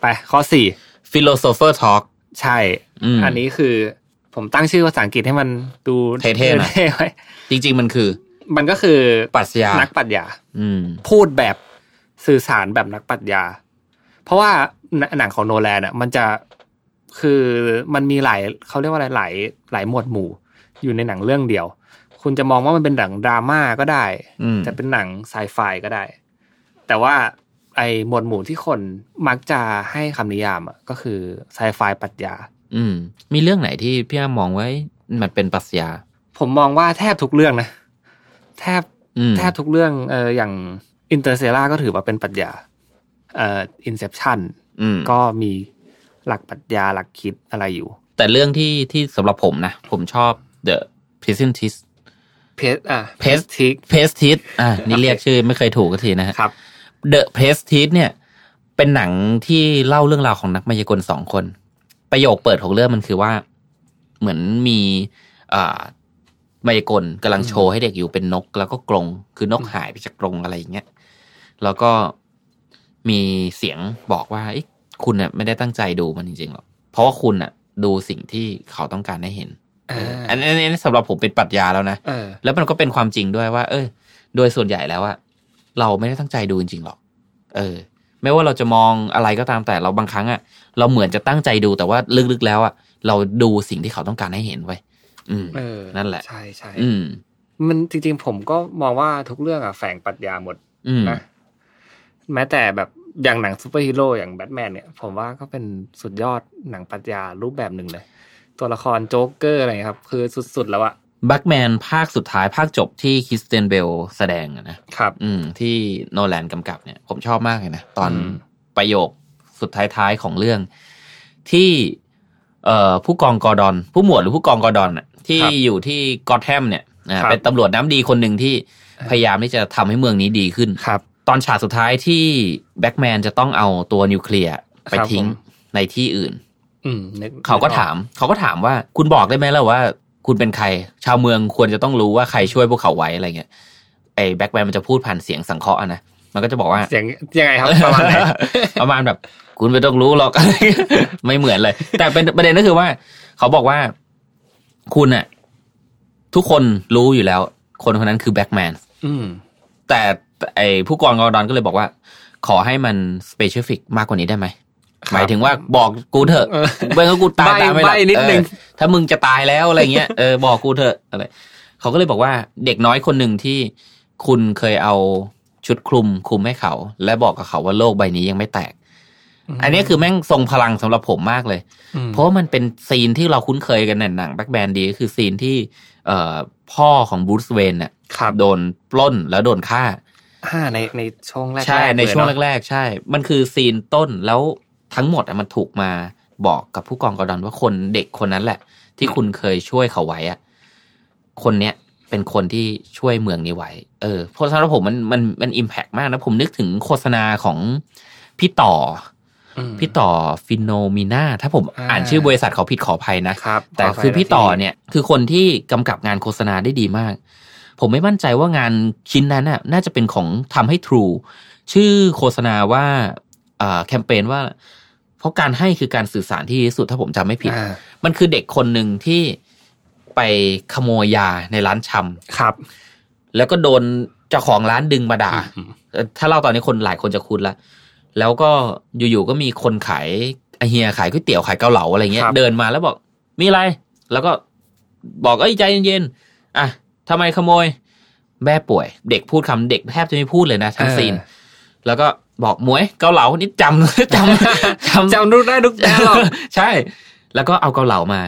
ไปข้อสี่ philosopher talk ใช่ อืม อันนี้คือผมตั้งชื่อภาษาอังกฤษให้มันดู เท่ๆหน่อย ๆไว้ จริง ๆ มันคือ มันก็คือ ปรัชญานั กปรัชญา อืม พูดแบบสื่อสารแบบนักปรัชญา เพราะว่าหนหนังของโนแลนอ่ะ มันจะคือมันมีหลายเขาเรียกว่าอะไรหลายหลายหมวดหมู่ อยู่ในหนังเรื่องเดียว คุณจะมองว่ามันเป็นหนังดราม่าก็ได้ อืม จะเป็นหนังไซไฟก็ได้ แต่ว่าไอหมวดหมู่ที่คนมักจะให้คำนิยามอ่ะก็คือไซไฟปรัชญา อืม มีเรื่องไหนที่พี่อ้ามมองไว้ มันเป็นปรัชญา ผมมองว่าแทบทุกเรื่องนะ แทบ อืม แทบทุกเรื่องเอออย่างอินเตอร์เซล่าก็ถือว่าเป็นปรัชญาเอ่ออินเซปชัน อืม ก็มีหลักปรัชญาหลักคิดอะไรอยู่ แต่เรื่องที่ที่สำหรับผมนะ ผมชอบ The Pessimist เพสอ่ะ Pest ทิก Pestis อ่ะ นี่เรียกชื่อไม่เคยถูกสักทีนะฮะ ครับ The Prestige เนี่ย เป็นหนังที่เล่าเรื่องราวของนักมายากลสองคน ประโยคเปิดของเรื่องมันคือว่า เหมือนมีอ่ามายากลกำลังโชว์ให้เด็กอยู่เป็นนก แล้วก็กรงคือนกหายไปจากกรงอะไรอย่างเงี้ยแล้วก็มีเสียงบอกว่าเอ๊ะคุณน่ะไม่ได้ตั้งใจดูมันจริงๆหรอกเพราะว่าคุณน่ะ ดูสิ่งที่เขาต้องการให้เห็น อ่า นนี้อันนี้สำหรับผมเป็นปรัชญาแล้วนะ เออ แล้วมันก็เป็นความจริงด้วยว่า เออ โดยส่วนใหญ่แล้วอะเราไม่ได้ตั้งใจดูจริงๆหรอก เออ ไม่ว่าเราจะมองอะไรก็ตามแต่เราบางครั้งอะเราเหมือนจะตั้งใจดูแต่ว่าลึกๆแล้วอะเราดูสิ่งที่เขาต้องการให้เห็นไว้ยอืม เออ นั่นแหละ ใช่ใช่ อืม มันจริงๆผมก็มองว่าทุกเรื่องอ่ะแฝงปรัชญาหมด อืม นะ แม้แต่แบบอย่างหนังซูเปอร์ฮีโร่อย่างแบทแมนเนี่ย ผมว่าก็เป็นสุดยอดหนังปรัชญารูปแบบหนึ่งเลย ตัวละครโจ๊กเกอร์อะไรเงี้ยครับ คือสุดๆแล้วอะ บัคแมนภาคสุดท้ายภาคจบที่คริสเตนเบลแสดงอะนะ ครับ อืม ที่โนแลนกำกับเนี่ย ผมชอบมากเลยนะ ตอน อืม ประโยคสุดท้ายๆของเรื่อง ที่ เอ่อผู้กองกอร์ดอน ผู้หมวดหรือผู้กองกอร์ดอนน่ะที่ ครับ อยู่ที่กอตแฮมเนี่ยอ่า ครับ เป็นตำรวจน้ำดีคนหนึ่งที่พยายามที่จะทำให้เมืองนี้ดีขึ้น ครับ ตอนฉากสุดท้ายที่แบ็กแมนจะต้องเอาตัวนิวเคลียร์ไป ครับ ทิ้ง ผม ในที่อื่น อืมนึนึออ เขาก็ถาม เขาก็ถามว่าคุณบอกได้ไหมล่ะว่า คุณเป็นใคร ชาวเมืองควรจะต้องรู้ว่าใครช่วยพวกเขาไว้อะไรเงี้ยไอ้แบ็กแมนมันจะพูดผ่านเสียงสังเคราะห์อะนะมันก็จะบอกว่า เสียงยังไงครับประมาณไห น ประมาณแบบคุณไม่ต้องรู้หรอก ไม่เหมือนเลย แต่เป็นประเด็นก็คือว่า เขาบอกว่าคุณอะทุกคนรู้อยู่แล้ว คนคนนั้นคือแบ็กแมน อืม แต่ไอผู้กองกอร์ดอนก็เลยบอกว่า ขอให้มันสเปเชียฟิกมากกว่านี้ได้ไหม ครับ หมายถึงว่าบอกกูเถ อะ เออ ไม่งั้นกูตาย ใบ้ ตามไม่หลับ ใบ้นิดนึง เออถ้ามึงจะตายแล้วอะไรเงี้ยเออบอกกูเถอะอะไรเขาก็เลยบอกว่าเด็กน้อยคนหนึ่งที่คุณเคยเอาชุดคลุมคลุมให้เขา และบอกกับเขาว่าโลกใบนี้ยังไม่แตก อันนี้คือแม่งทรงพลังสำหรับผมมากเลย ม เพราะว่ามันเป็นซีนที่เราคุ้นเคยกันในหนังแบ็คแบนดีก็คือซีนที่เอ่อพ่อของบรูซเวนน่ะ ครับ โดนปล้นแล้วโดนฆ่า อ่าในในช่วงแรกๆ ใช่ในช่วง เลยเนอะ แรกๆ ใช่ มันคือซีนต้นแล้วทั้งหมดอะมันถูกมาบอกกับผู้กองกอร์ดอนว่าคนเด็กคนนั้นแหละ ที่คุณเคยช่วยเขาไว้อะคนเนี้ยเป็นคนที่ช่วยเมืองนี้ไว้ เออเพราะฉะนั้นผมมันมันมันอิมแพกมากนะ ผมนึกถึงโฆษณาของพี่ต่อ อืม พี่ต่อฟิโนมีนาถ้าผม อ่า อ่านชื่อบริษัทเขาผิดขออภัยนะ ครับ แต่ ขภัย คือพี่ต่อ นะที่ เนี่ยคือคนที่กำกับงานโฆษณาได้ดีมาก ผมไม่มั่นใจว่างานชิ้นนั้นน่ะน่าจะเป็นของทำให้ True ชื่อโฆษณาว่าเอ่อแคมเปญว่า เพราะการให้คือการสื่อสารที่ดีที่สุดถ้าผมจำไม่ผิด อ่า มันคือเด็กคนหนึ่งที่ไปขโมยยาในร้านช ครับ ำแล้วก็โดนเจ้าของร้านดึงมาด่า อืม เอ่อถ้าเล่าตอนนี้คนหลายคนจะคุ้นละ แล้วก็อยู่ๆก็มีคนขายไอเฮียขายก๋วยเตี๋ยวขายเกาเหลาอะไรเงี้ย ครับ เดินมาแล้วบอกมีอะไร แล้วก็บอกเอ้ยใจเย็นๆอ่ะทำไมขโมย แม่ป่วย เด็กพูดคำเด็กแทบจะไม่พูดเลยนะทั้งซีน แล้วก็บอกหมวยเกาเหลานี่ จำ จำจำ จำรู้ได้ทุกแนวหรอก ใช่ แล้วก็เอาเกาเหลามา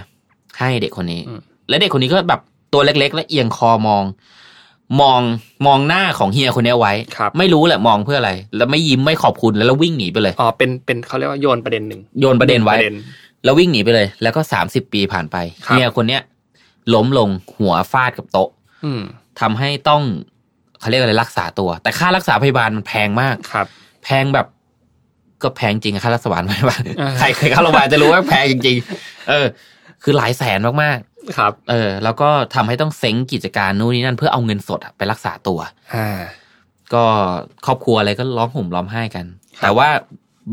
ให้เด็กคนนี้ อืม และเด็กคนนี้ก็แบบตัวเล็ก ๆ และเอียงคอมอง มองมองหน้าของเฮียคนนี้ไว้ ครับ ไม่รู้แหละมองเพื่ออะไร แล้วไม่ยิ้มไม่ขอบคุณแล้วแล้ววิ่งหนีไปเลย อ๋อเป็นเป็นเขาเรียกว่าโยนประเด็นหนึ่ง โยนประเด็นไว้ ประเด็น แล้ววิ่งหนีไปเลย แล้วก็สามสิบปีผ่านไป ครับ เฮียคนเนี้ยล้มลงหัวฟาดกับโต๊ะ อืม ทำให้ต้องเขาเรียกอะไรรักษาตัว แต่ค่ารักษาพยาบาลมันแพงมาก ครับ แพงแบบก็แพงจริงอะค่ารักษาพยาบาล บ้าน อ่า ใครเคยเข้าโรงพยาบาลจะรู้ว่าแพงจริง ๆ เออ คือหลายแสนมาก ครับ ๆ เออ แล้วก็ทำให้ต้องเซ้งกิจการนู่นนี่นั่นเพื่อเอาเงินสดอะไปรักษาตัว อ่า ก็ครอบครัวอะไรก็ร้องห่มร้องไห้กัน ครับ แต่ว่า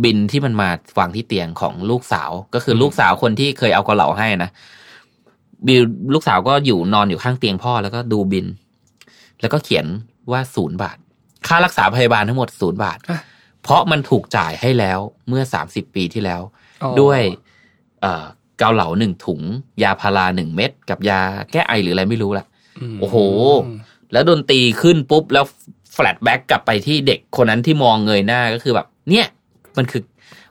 บินที่มันมาวางที่เตียงของลูกสาว ก็คืออ ม ลูกสาวคนที่เคยเอาเกาเหลาให้นะบิลลูกสาวก็อยู่นอนอยู่ข้างเตียงพ่อแล้วก็ดูบิน แล้วก็เขียนว่าศูนย์บาท ค่ารักษาพยาบาลทั้งหมดศูนย์บาท เพราะมันถูกจ่ายให้แล้วเมื่อสามสิบปีที่แล้ว อ๋อ ด้วยเอ่อเกาเหลาหนึ่งถุง ยาพาราหนึ่งเม็ดกับยาแก้ไอหรืออะไรไม่รู้ละ ม โอ้โห แล้วดนตรีขึ้นปุ๊บ แล้วแฟลชแบ็กกลับไปที่เด็กคนนั้นที่มองเงยหน้าก็คือแบบ เนี่ย มันคือ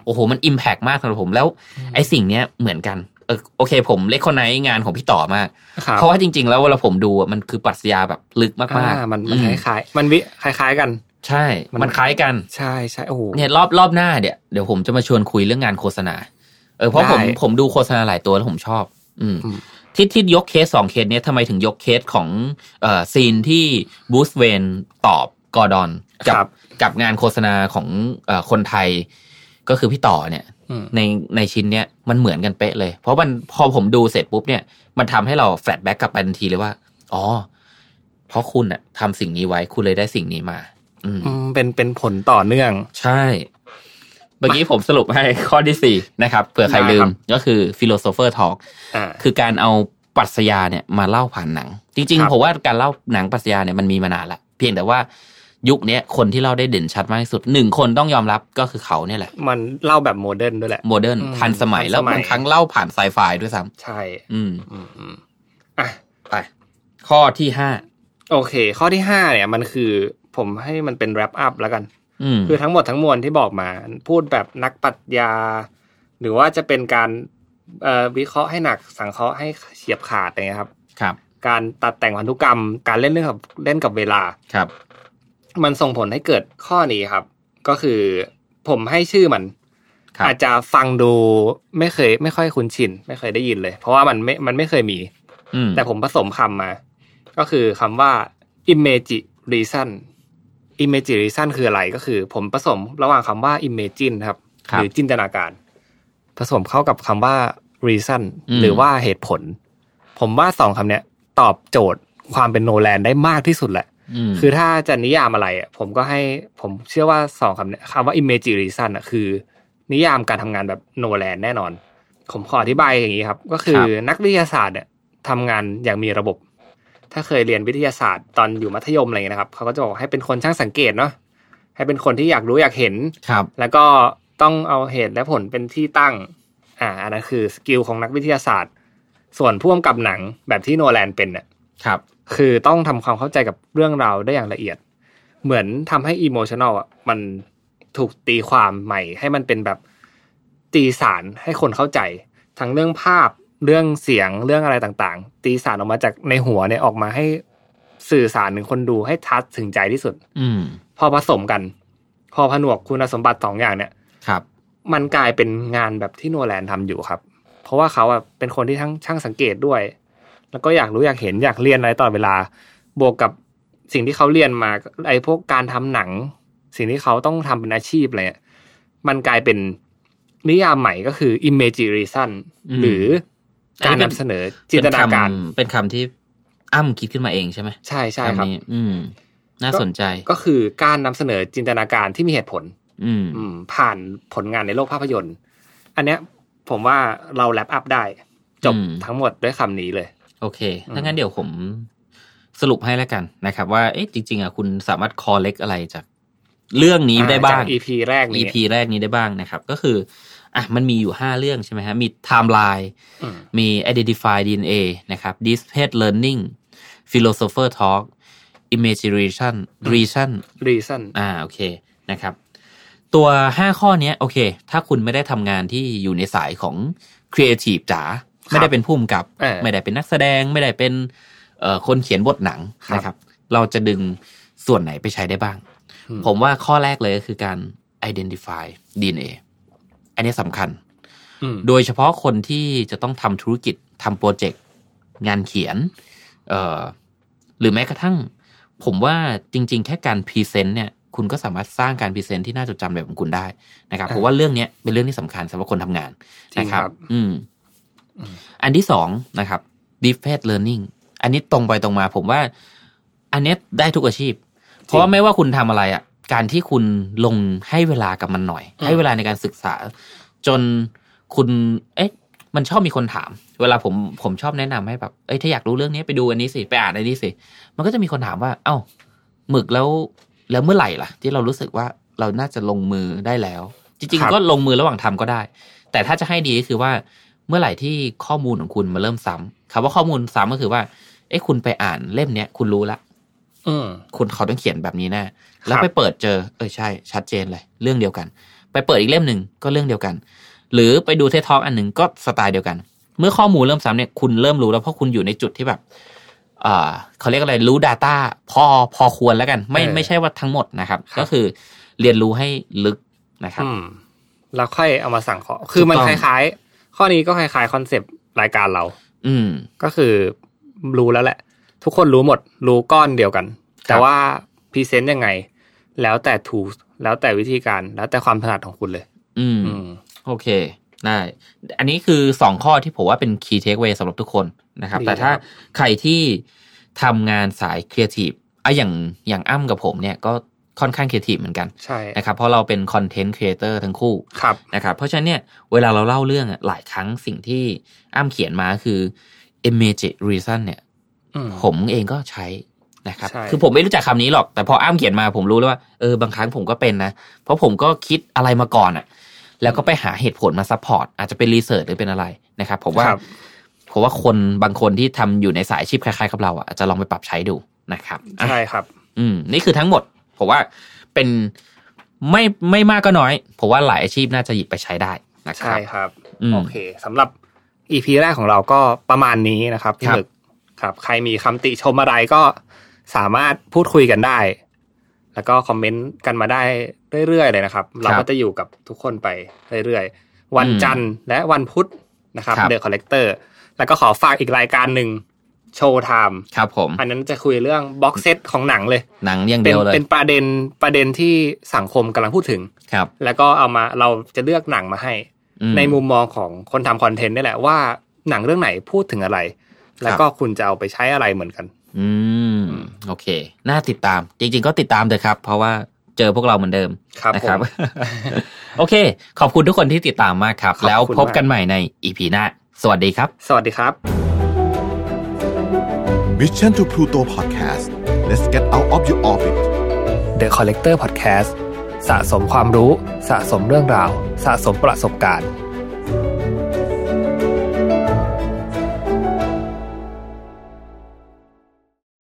โอ้โห มันอิมแพกมากสำหรับผมแล้ว ไอ้สิ่งเนี้ยเหมือนกันเออโอเค ผมเล็กคนไหนงานของพี่ต่อมาก ครับ เพราะว่าจริง ๆ แล้วเวลาผมดูอะมันคือปรัชญาแบบลึกมาก อ่ ๆ มันมัน อื คล้ายๆมันวิคล้ายๆกัน ใช่ มัน มันคล้ายกัน ใช่ใช่โอ้โห เนี่ยรอบรอบหน้าเดี๋ยวเดี๋ยวผมจะมาชวนคุยเรื่องงานโฆษณา เออเพราะผม ได้ ผมดูโฆษณาหลายตัวแล้วผมชอบ อืม อืม ที่ที่ยกเคสสองเคสเนี้ยทำไมถึงยกเคสของเอ่อซีนที่บูสเวนตอบกอร์ดอนกั ครับ กับงานโฆษณาของเอ่อคนไทย ก็คือพี่ต่อเนี่ย อืม ในในชิ้นเนี้ยมันเหมือนกันเป๊ะเลย เพราะมันพอผมดูเสร็จปุ๊บเนี่ยมันทำให้เราแฟลชแบ็กกลับไปทันทีเลยว่า อ๋อ เพราะคุณอะทำสิ่งนี้ไว้คุณเลยได้สิ่งนี้มา อืม อืมเป็นเป็นผลต่อเนื่อง ใช่ เมื่อกี้ผมสรุปให้ข้อที่สี่นะครับเผื่อใครลืม ได้ครับ ก็คือ philosopher talk อ่า คือการเอาปรัชญาเนี่ยมาเล่าผ่านหนัง จริง ครับ ๆ ผมว่าการเล่าหนังปรัชญาเนี่ยมันมีมานานละเพียงแต่ว่ายุคเนี้ยคนที่เล่าได้เด่นชัดมากที่สุดหนึ่งคนต้องยอมรับก็คือเขาเนี่ยแหละ มันเล่าแบบโมเดิร์นด้วยแหละ โมเดิร์น อืม ทันสมัย ทันสมัย แล้วบางครั้งเล่าผ่านไซไฟด้วยซ้ ใช่ ำอืม อืมอืมอ่ะ ไปข้อที่ห้า โอเค ข้อที่ห้าเนี่ยมันคือผมให้มันเป็นแรปอัพแล้วกัน อืม คือทั้งหมดทั้งมวลที่บอกมา พูดแบบนักปรัชญา หรือว่าจะเป็นการเอ่อวิเคราะห์ให้หนักสังเคราะห์ให้เฉียบขาดอะไรเงี้ยครับ ครับ การตัดแต่งพันธุกรรม การเล่นเรื่องกับเล่นกับเวลา ครับ มันส่งผลให้เกิดข้อนี้ครับ ก็คือผมให้ชื่อมัน ครับ อาจจะฟังดูไม่เคย ไม่ค่อยคุ้นชิน ไม่เคยได้ยินเลย เพราะว่ามันไม่มันไม่เคยมี อืม แต่ผมผสมคำมา ก็คือคำว่า image reason image reason คืออะไรก็คือ ผมผสมระหว่างคำว่า imagine ครับ ครั ห บ รือจินตนาการ ผสมเข้ากับคำว่า reason อืม หรือว่าเหตุผล ผมว่าสองคำเนี้ยตอบโจทย์ความเป็นโนแลนได้มากที่สุดแหละ ม คือถ้าจะนิยามอะไรอะผมก็ให้ผมเชื่อว่าสองคำเนี้ยคำว่า image reason อะคือ นิยามการทำงานแบบโนแลนแน่นอน ผมขออธิบายอย่างนี้ครับ ก็คือนักวิทยาศาสตร์เนี่ยทำงานอย่างมีระบบ ถ้าเคยเรียนวิทยาศาสตร์ตอนอยู่มัธยมอะไรเงี้ยนะครับเขาก็จะบอกให้เป็นคนช่างสังเกตเนาะให้เป็นคนที่อยากรู้อยากเห็น ครับ แล้วก็ต้องเอาเหตุและผลเป็นที่ตั้ง อ่าอันนั้นคือสกิลของนักวิทยาศาสตร์ ส่วนพ่วงกับหนังแบบที่โนแลนเป็นเนี่ย ครับ คือต้องทำความเข้าใจกับเรื่องราวได้อย่างละเอียด เหมือนทำให้อิโมชันอลอ่ะมันถูกตีความใหม่ ให้มันเป็นแบบตีสารให้คนเข้าใจ ทั้งเรื่องภาพเรื่องเสียงเรื่องอะไรต่างๆ ตีสารออกมาจากในหัวเนี่ยออกมาให้สื่อสารถึงคนดูให้ทัดถึงใจที่สุด อืม พอผสมกัน พอผนวกคุณสมบัติสองอย่างเนี่ย ครับ มันกลายเป็นงานแบบที่โนแลนทำอยู่ครับ เพราะว่าเขาอะเป็นคนที่ทั้งช่างสังเกตด้วย แล้วก็อยากรู้อยากเห็นอยากเรียนอะไรตลอดเวลา บวกกับสิ่งที่เขาเรียนมาไอ้พวกการทำหนัง สิ่งที่เขาต้องทำเป็นอาชีพอะไรเนี่ยมันกลายเป็นนิยามใหม่ก็คือ image reason อืม หรือการนำเสนอจินตนาการ เป็นคำเป็นคำที่อ้ำคิดขึ้นมาเองใช่ไหม ใช่ใช่ครับ ำนี้อืม น่าสนใจ ก็คือการนำเสนอจินตนาการที่มีเหตุผล อืม อืมผ่านผลงานในโลกภาพยนตร์ อันเนี้ยผมว่าเราแลปอัพได้ จบ อืม ทั้งหมดด้วยคำนี้เลย โอเค อืม ถ้างั้นเดี๋ยวผมสรุปให้แล้วกันนะครับ ว่า เอ๊ะจริง ๆอ่ะคุณสามารถคอเล็กอะไรจากเรื่องนี้ได้บ้าจางก EP แรกนี้ EP แรกนี้ได้บ้างนะครับ ก็คือ อ่ะมันมีอยู่ห้าเรื่องใช่ไหมฮะมี timeline อืม มี identify DNA นะครับ displaced learning philosopher talk imagination reason reason อ่าโอเคนะครับ ตัวห้าข้อเนี้ยโอเค ถ้าคุณไม่ได้ทำงานที่อยู่ในสายของครีเอทีฟจ๋าไม่ได้เป็นผู้กำกับ เออ ไม่ได้เป็นนักแสดงไม่ได้เป็นเอ่อคนเขียนบทหนัง ครับ นะครับ เราจะดึงส่วนไหนไปใช้ได้บ้าง อืม ผมว่าข้อแรกเลยก็คือการ identify DNA อันนี้สำคัญ อืม โดยเฉพาะคนที่จะต้องทำธุรกิจทำโปรเจกต์งานเขียนเอ่อหรือแม้กระทั่ง ผมว่าจริง ๆ แค่การพรีเซนต์เนี่ย คุณก็สามารถสร้างการพรีเซนต์ที่น่าจดจำแบบของคุณได้นะครับเพราะว่าเรื่องเนี้ยเป็นเรื่องที่สำคัญสำหรับคนทำงาน จริ นะ ง ค ค รั รับ บ อืม อืม อันที่สองนะครับ deep fed learning อันนี้ตรงไปตรงมา ผมว่า อันเนี้ยได้ทุกอาชีพ เพราะว่าไม่ว่าคุณทำอะไรอะ่ะ การที่คุณลงให้เวลากับมันหน่อย อืม ให้เวลาในการศึกษา จนคุณ เอ๊ะ มันชอบมีคนถาม เวลาผมผมชอบแนะนำให้แบบเอ้ยถ้าอยากรู้เรื่องนี้ไปดูอันนี้สิไปอ่านอันนี้สิ มันก็จะมีคนถามว่า เอ้าหมึกแล้วแล้วเมื่อไหร่ล่ะ ที่เรารู้สึกว่าเราน่าจะลงมือได้แล้ว จริง ครับ ๆ ก็ลงมือระหว่างทำก็ได้ แต่ถ้าจะให้ดีก็คือว่าเมื่อไหร่ที่ข้อมูลของคุณมาเริ่มซ้ำคำว่าข้อมูลซ้ำก็คือว่า เอ้คุณไปอ่านเล่มเนี้ยคุณรู้ละ อืม คุณเขาต้องเขียนแบบนี้แน่ ครับ แล้วไปเปิดเจอ เออใช่ ชัดเจนเลย เรื่องเดียวกัน ไปเปิดอีกเล่มหนึ่งก็เรื่องเดียวกัน หรือไปดูเททอกอันหนึ่งก็สไตล์เดียวกัน เมื่อข้อมูลเริ่มซ้ำเนี่ยคุณเริ่มรู้แล้วเพราะคุณอยู่ในจุดที่แบบเอ่อเขาเรียกอะไรรู้ Data พอพอควรแล้วกัน ไม่ไม่ใช่ว่าทั้งหมดนะครับ ก็คือเรียนรู้ให้ลึกนะครับ อืมแล้วค่อยเอามาสั่งของคือมัน ถูก ค ต้อง ล้ายๆ ข้อนี้ก็คล้ายๆคอนเซปต์รายการเรา อืม ก็คือรู้แล้วแหละ ทุกคนรู้หมด รู้ก้อนเดียวกัน แต่ว่าพรีเซนต์ยังไง แล้วแต่ทูสแล้วแต่วิธีการแล้วแต่ความถนัดของคุณเลย อืม อืม โอเค ได้ อันนี้คือสองข้อที่ผมว่าเป็น key takeaway สำหรับทุกคนนะครับ ดี แต่ถ้า ครับ ใครที่ทำงานสายครีเอทีฟอะอย่างอย่างอ้ำกับผมเนี่ยก็ค่อนข้างครีเอทีฟเหมือนกัน ใช่ นะครับ เพราะเราเป็นคอนเทนต์ครีเอเตอร์ทั้งคู่ ครับ นะครับ เพราะฉะนั้นเนี่ยเวลาเราเล่าเรื่องอะหลายครั้งสิ่งที่อ้ำเขียนมาคือ immediate reason เนี่ย อืม ผมเองก็ใช้นะครับ ใช่ คือผมไม่รู้จักคำนี้หรอก แต่พออ้ามเขียนมาผมรู้แล้วว่า เออบางครั้งผมก็เป็นนะ เพราะผมก็คิดอะไรมาก่อนอะแล้วก็ไปหาเหตุผลมาซัพพอร์ต อาจจะเป็นรีเสิร์ชหรือเป็นอะไรนะครับ ผมว่า ครับ ผมว่าคนบางคนที่ทำอยู่ในสายอาชีพคล้ายๆกับเราอะอาจจะลองไปปรับใช้ดูนะครับอ่ะ ใช่ครับ อืมนี่คือทั้งหมด ผมว่าเป็นไม่ไม่มากก็น้อย ผมว่าหลายอาชีพน่าจะหยิบไปใช้ได้นะค ใช่ รับ ครับ อืม โอเคสำหรับอีพีแรกของเราก็ประมาณนี้นะครับพี่ ครับ หมึกครับ ใครมีคำติชมอะไรก็สามารถพูดคุยกันได้ แล้วก็คอมเมนต์กันมาได้เรื่อยๆเลยนะครับ เราก็จะอยู่กับทุกคนไปเรื่อยๆ วันจันทร์และวันพุธนะครับ ครับ เดอะคอลเลกเตอร์แล้วก็ขอฝากอีกรายการหนึ่งโชว์ไทม์ ครับผม อันนั้นจะคุยเรื่องบ็อกเซตของหนังเลย หนังอย่าง เป็ เดี น ยวเลย เป็นประเด็นประเด็นที่สังคมกำลังพูดถึง ครับ แล้วก็เอามาเราจะเลือกหนังมาให้ อื ในมุมมองของคนทำคอนเทนต์นี่แหละว่าหนังเรื่องไหนพูดถึงอะไร แล้วก็คุณจะเอาไปใช้อะไรเหมือนกัน อืม โอเค น่าติดตาม จริง ๆ ก็ติดตามเถอะครับ เพราะว่าเจอพวกเราเหมือนเดิม ครับ นะ ผ ครับ ม โอเค ขอบคุณทุกคนที่ติดตามมากครับ ขอบคุณ แล้วพบกันใหม่ในอีพีหน้า สวัสดีครับ สวัสดีครับ Mission to Pluto Podcast let's get out of your orbit The Collector Podcast สะสมความรู้ สะสมเรื่องราว สะสมประสบการณ์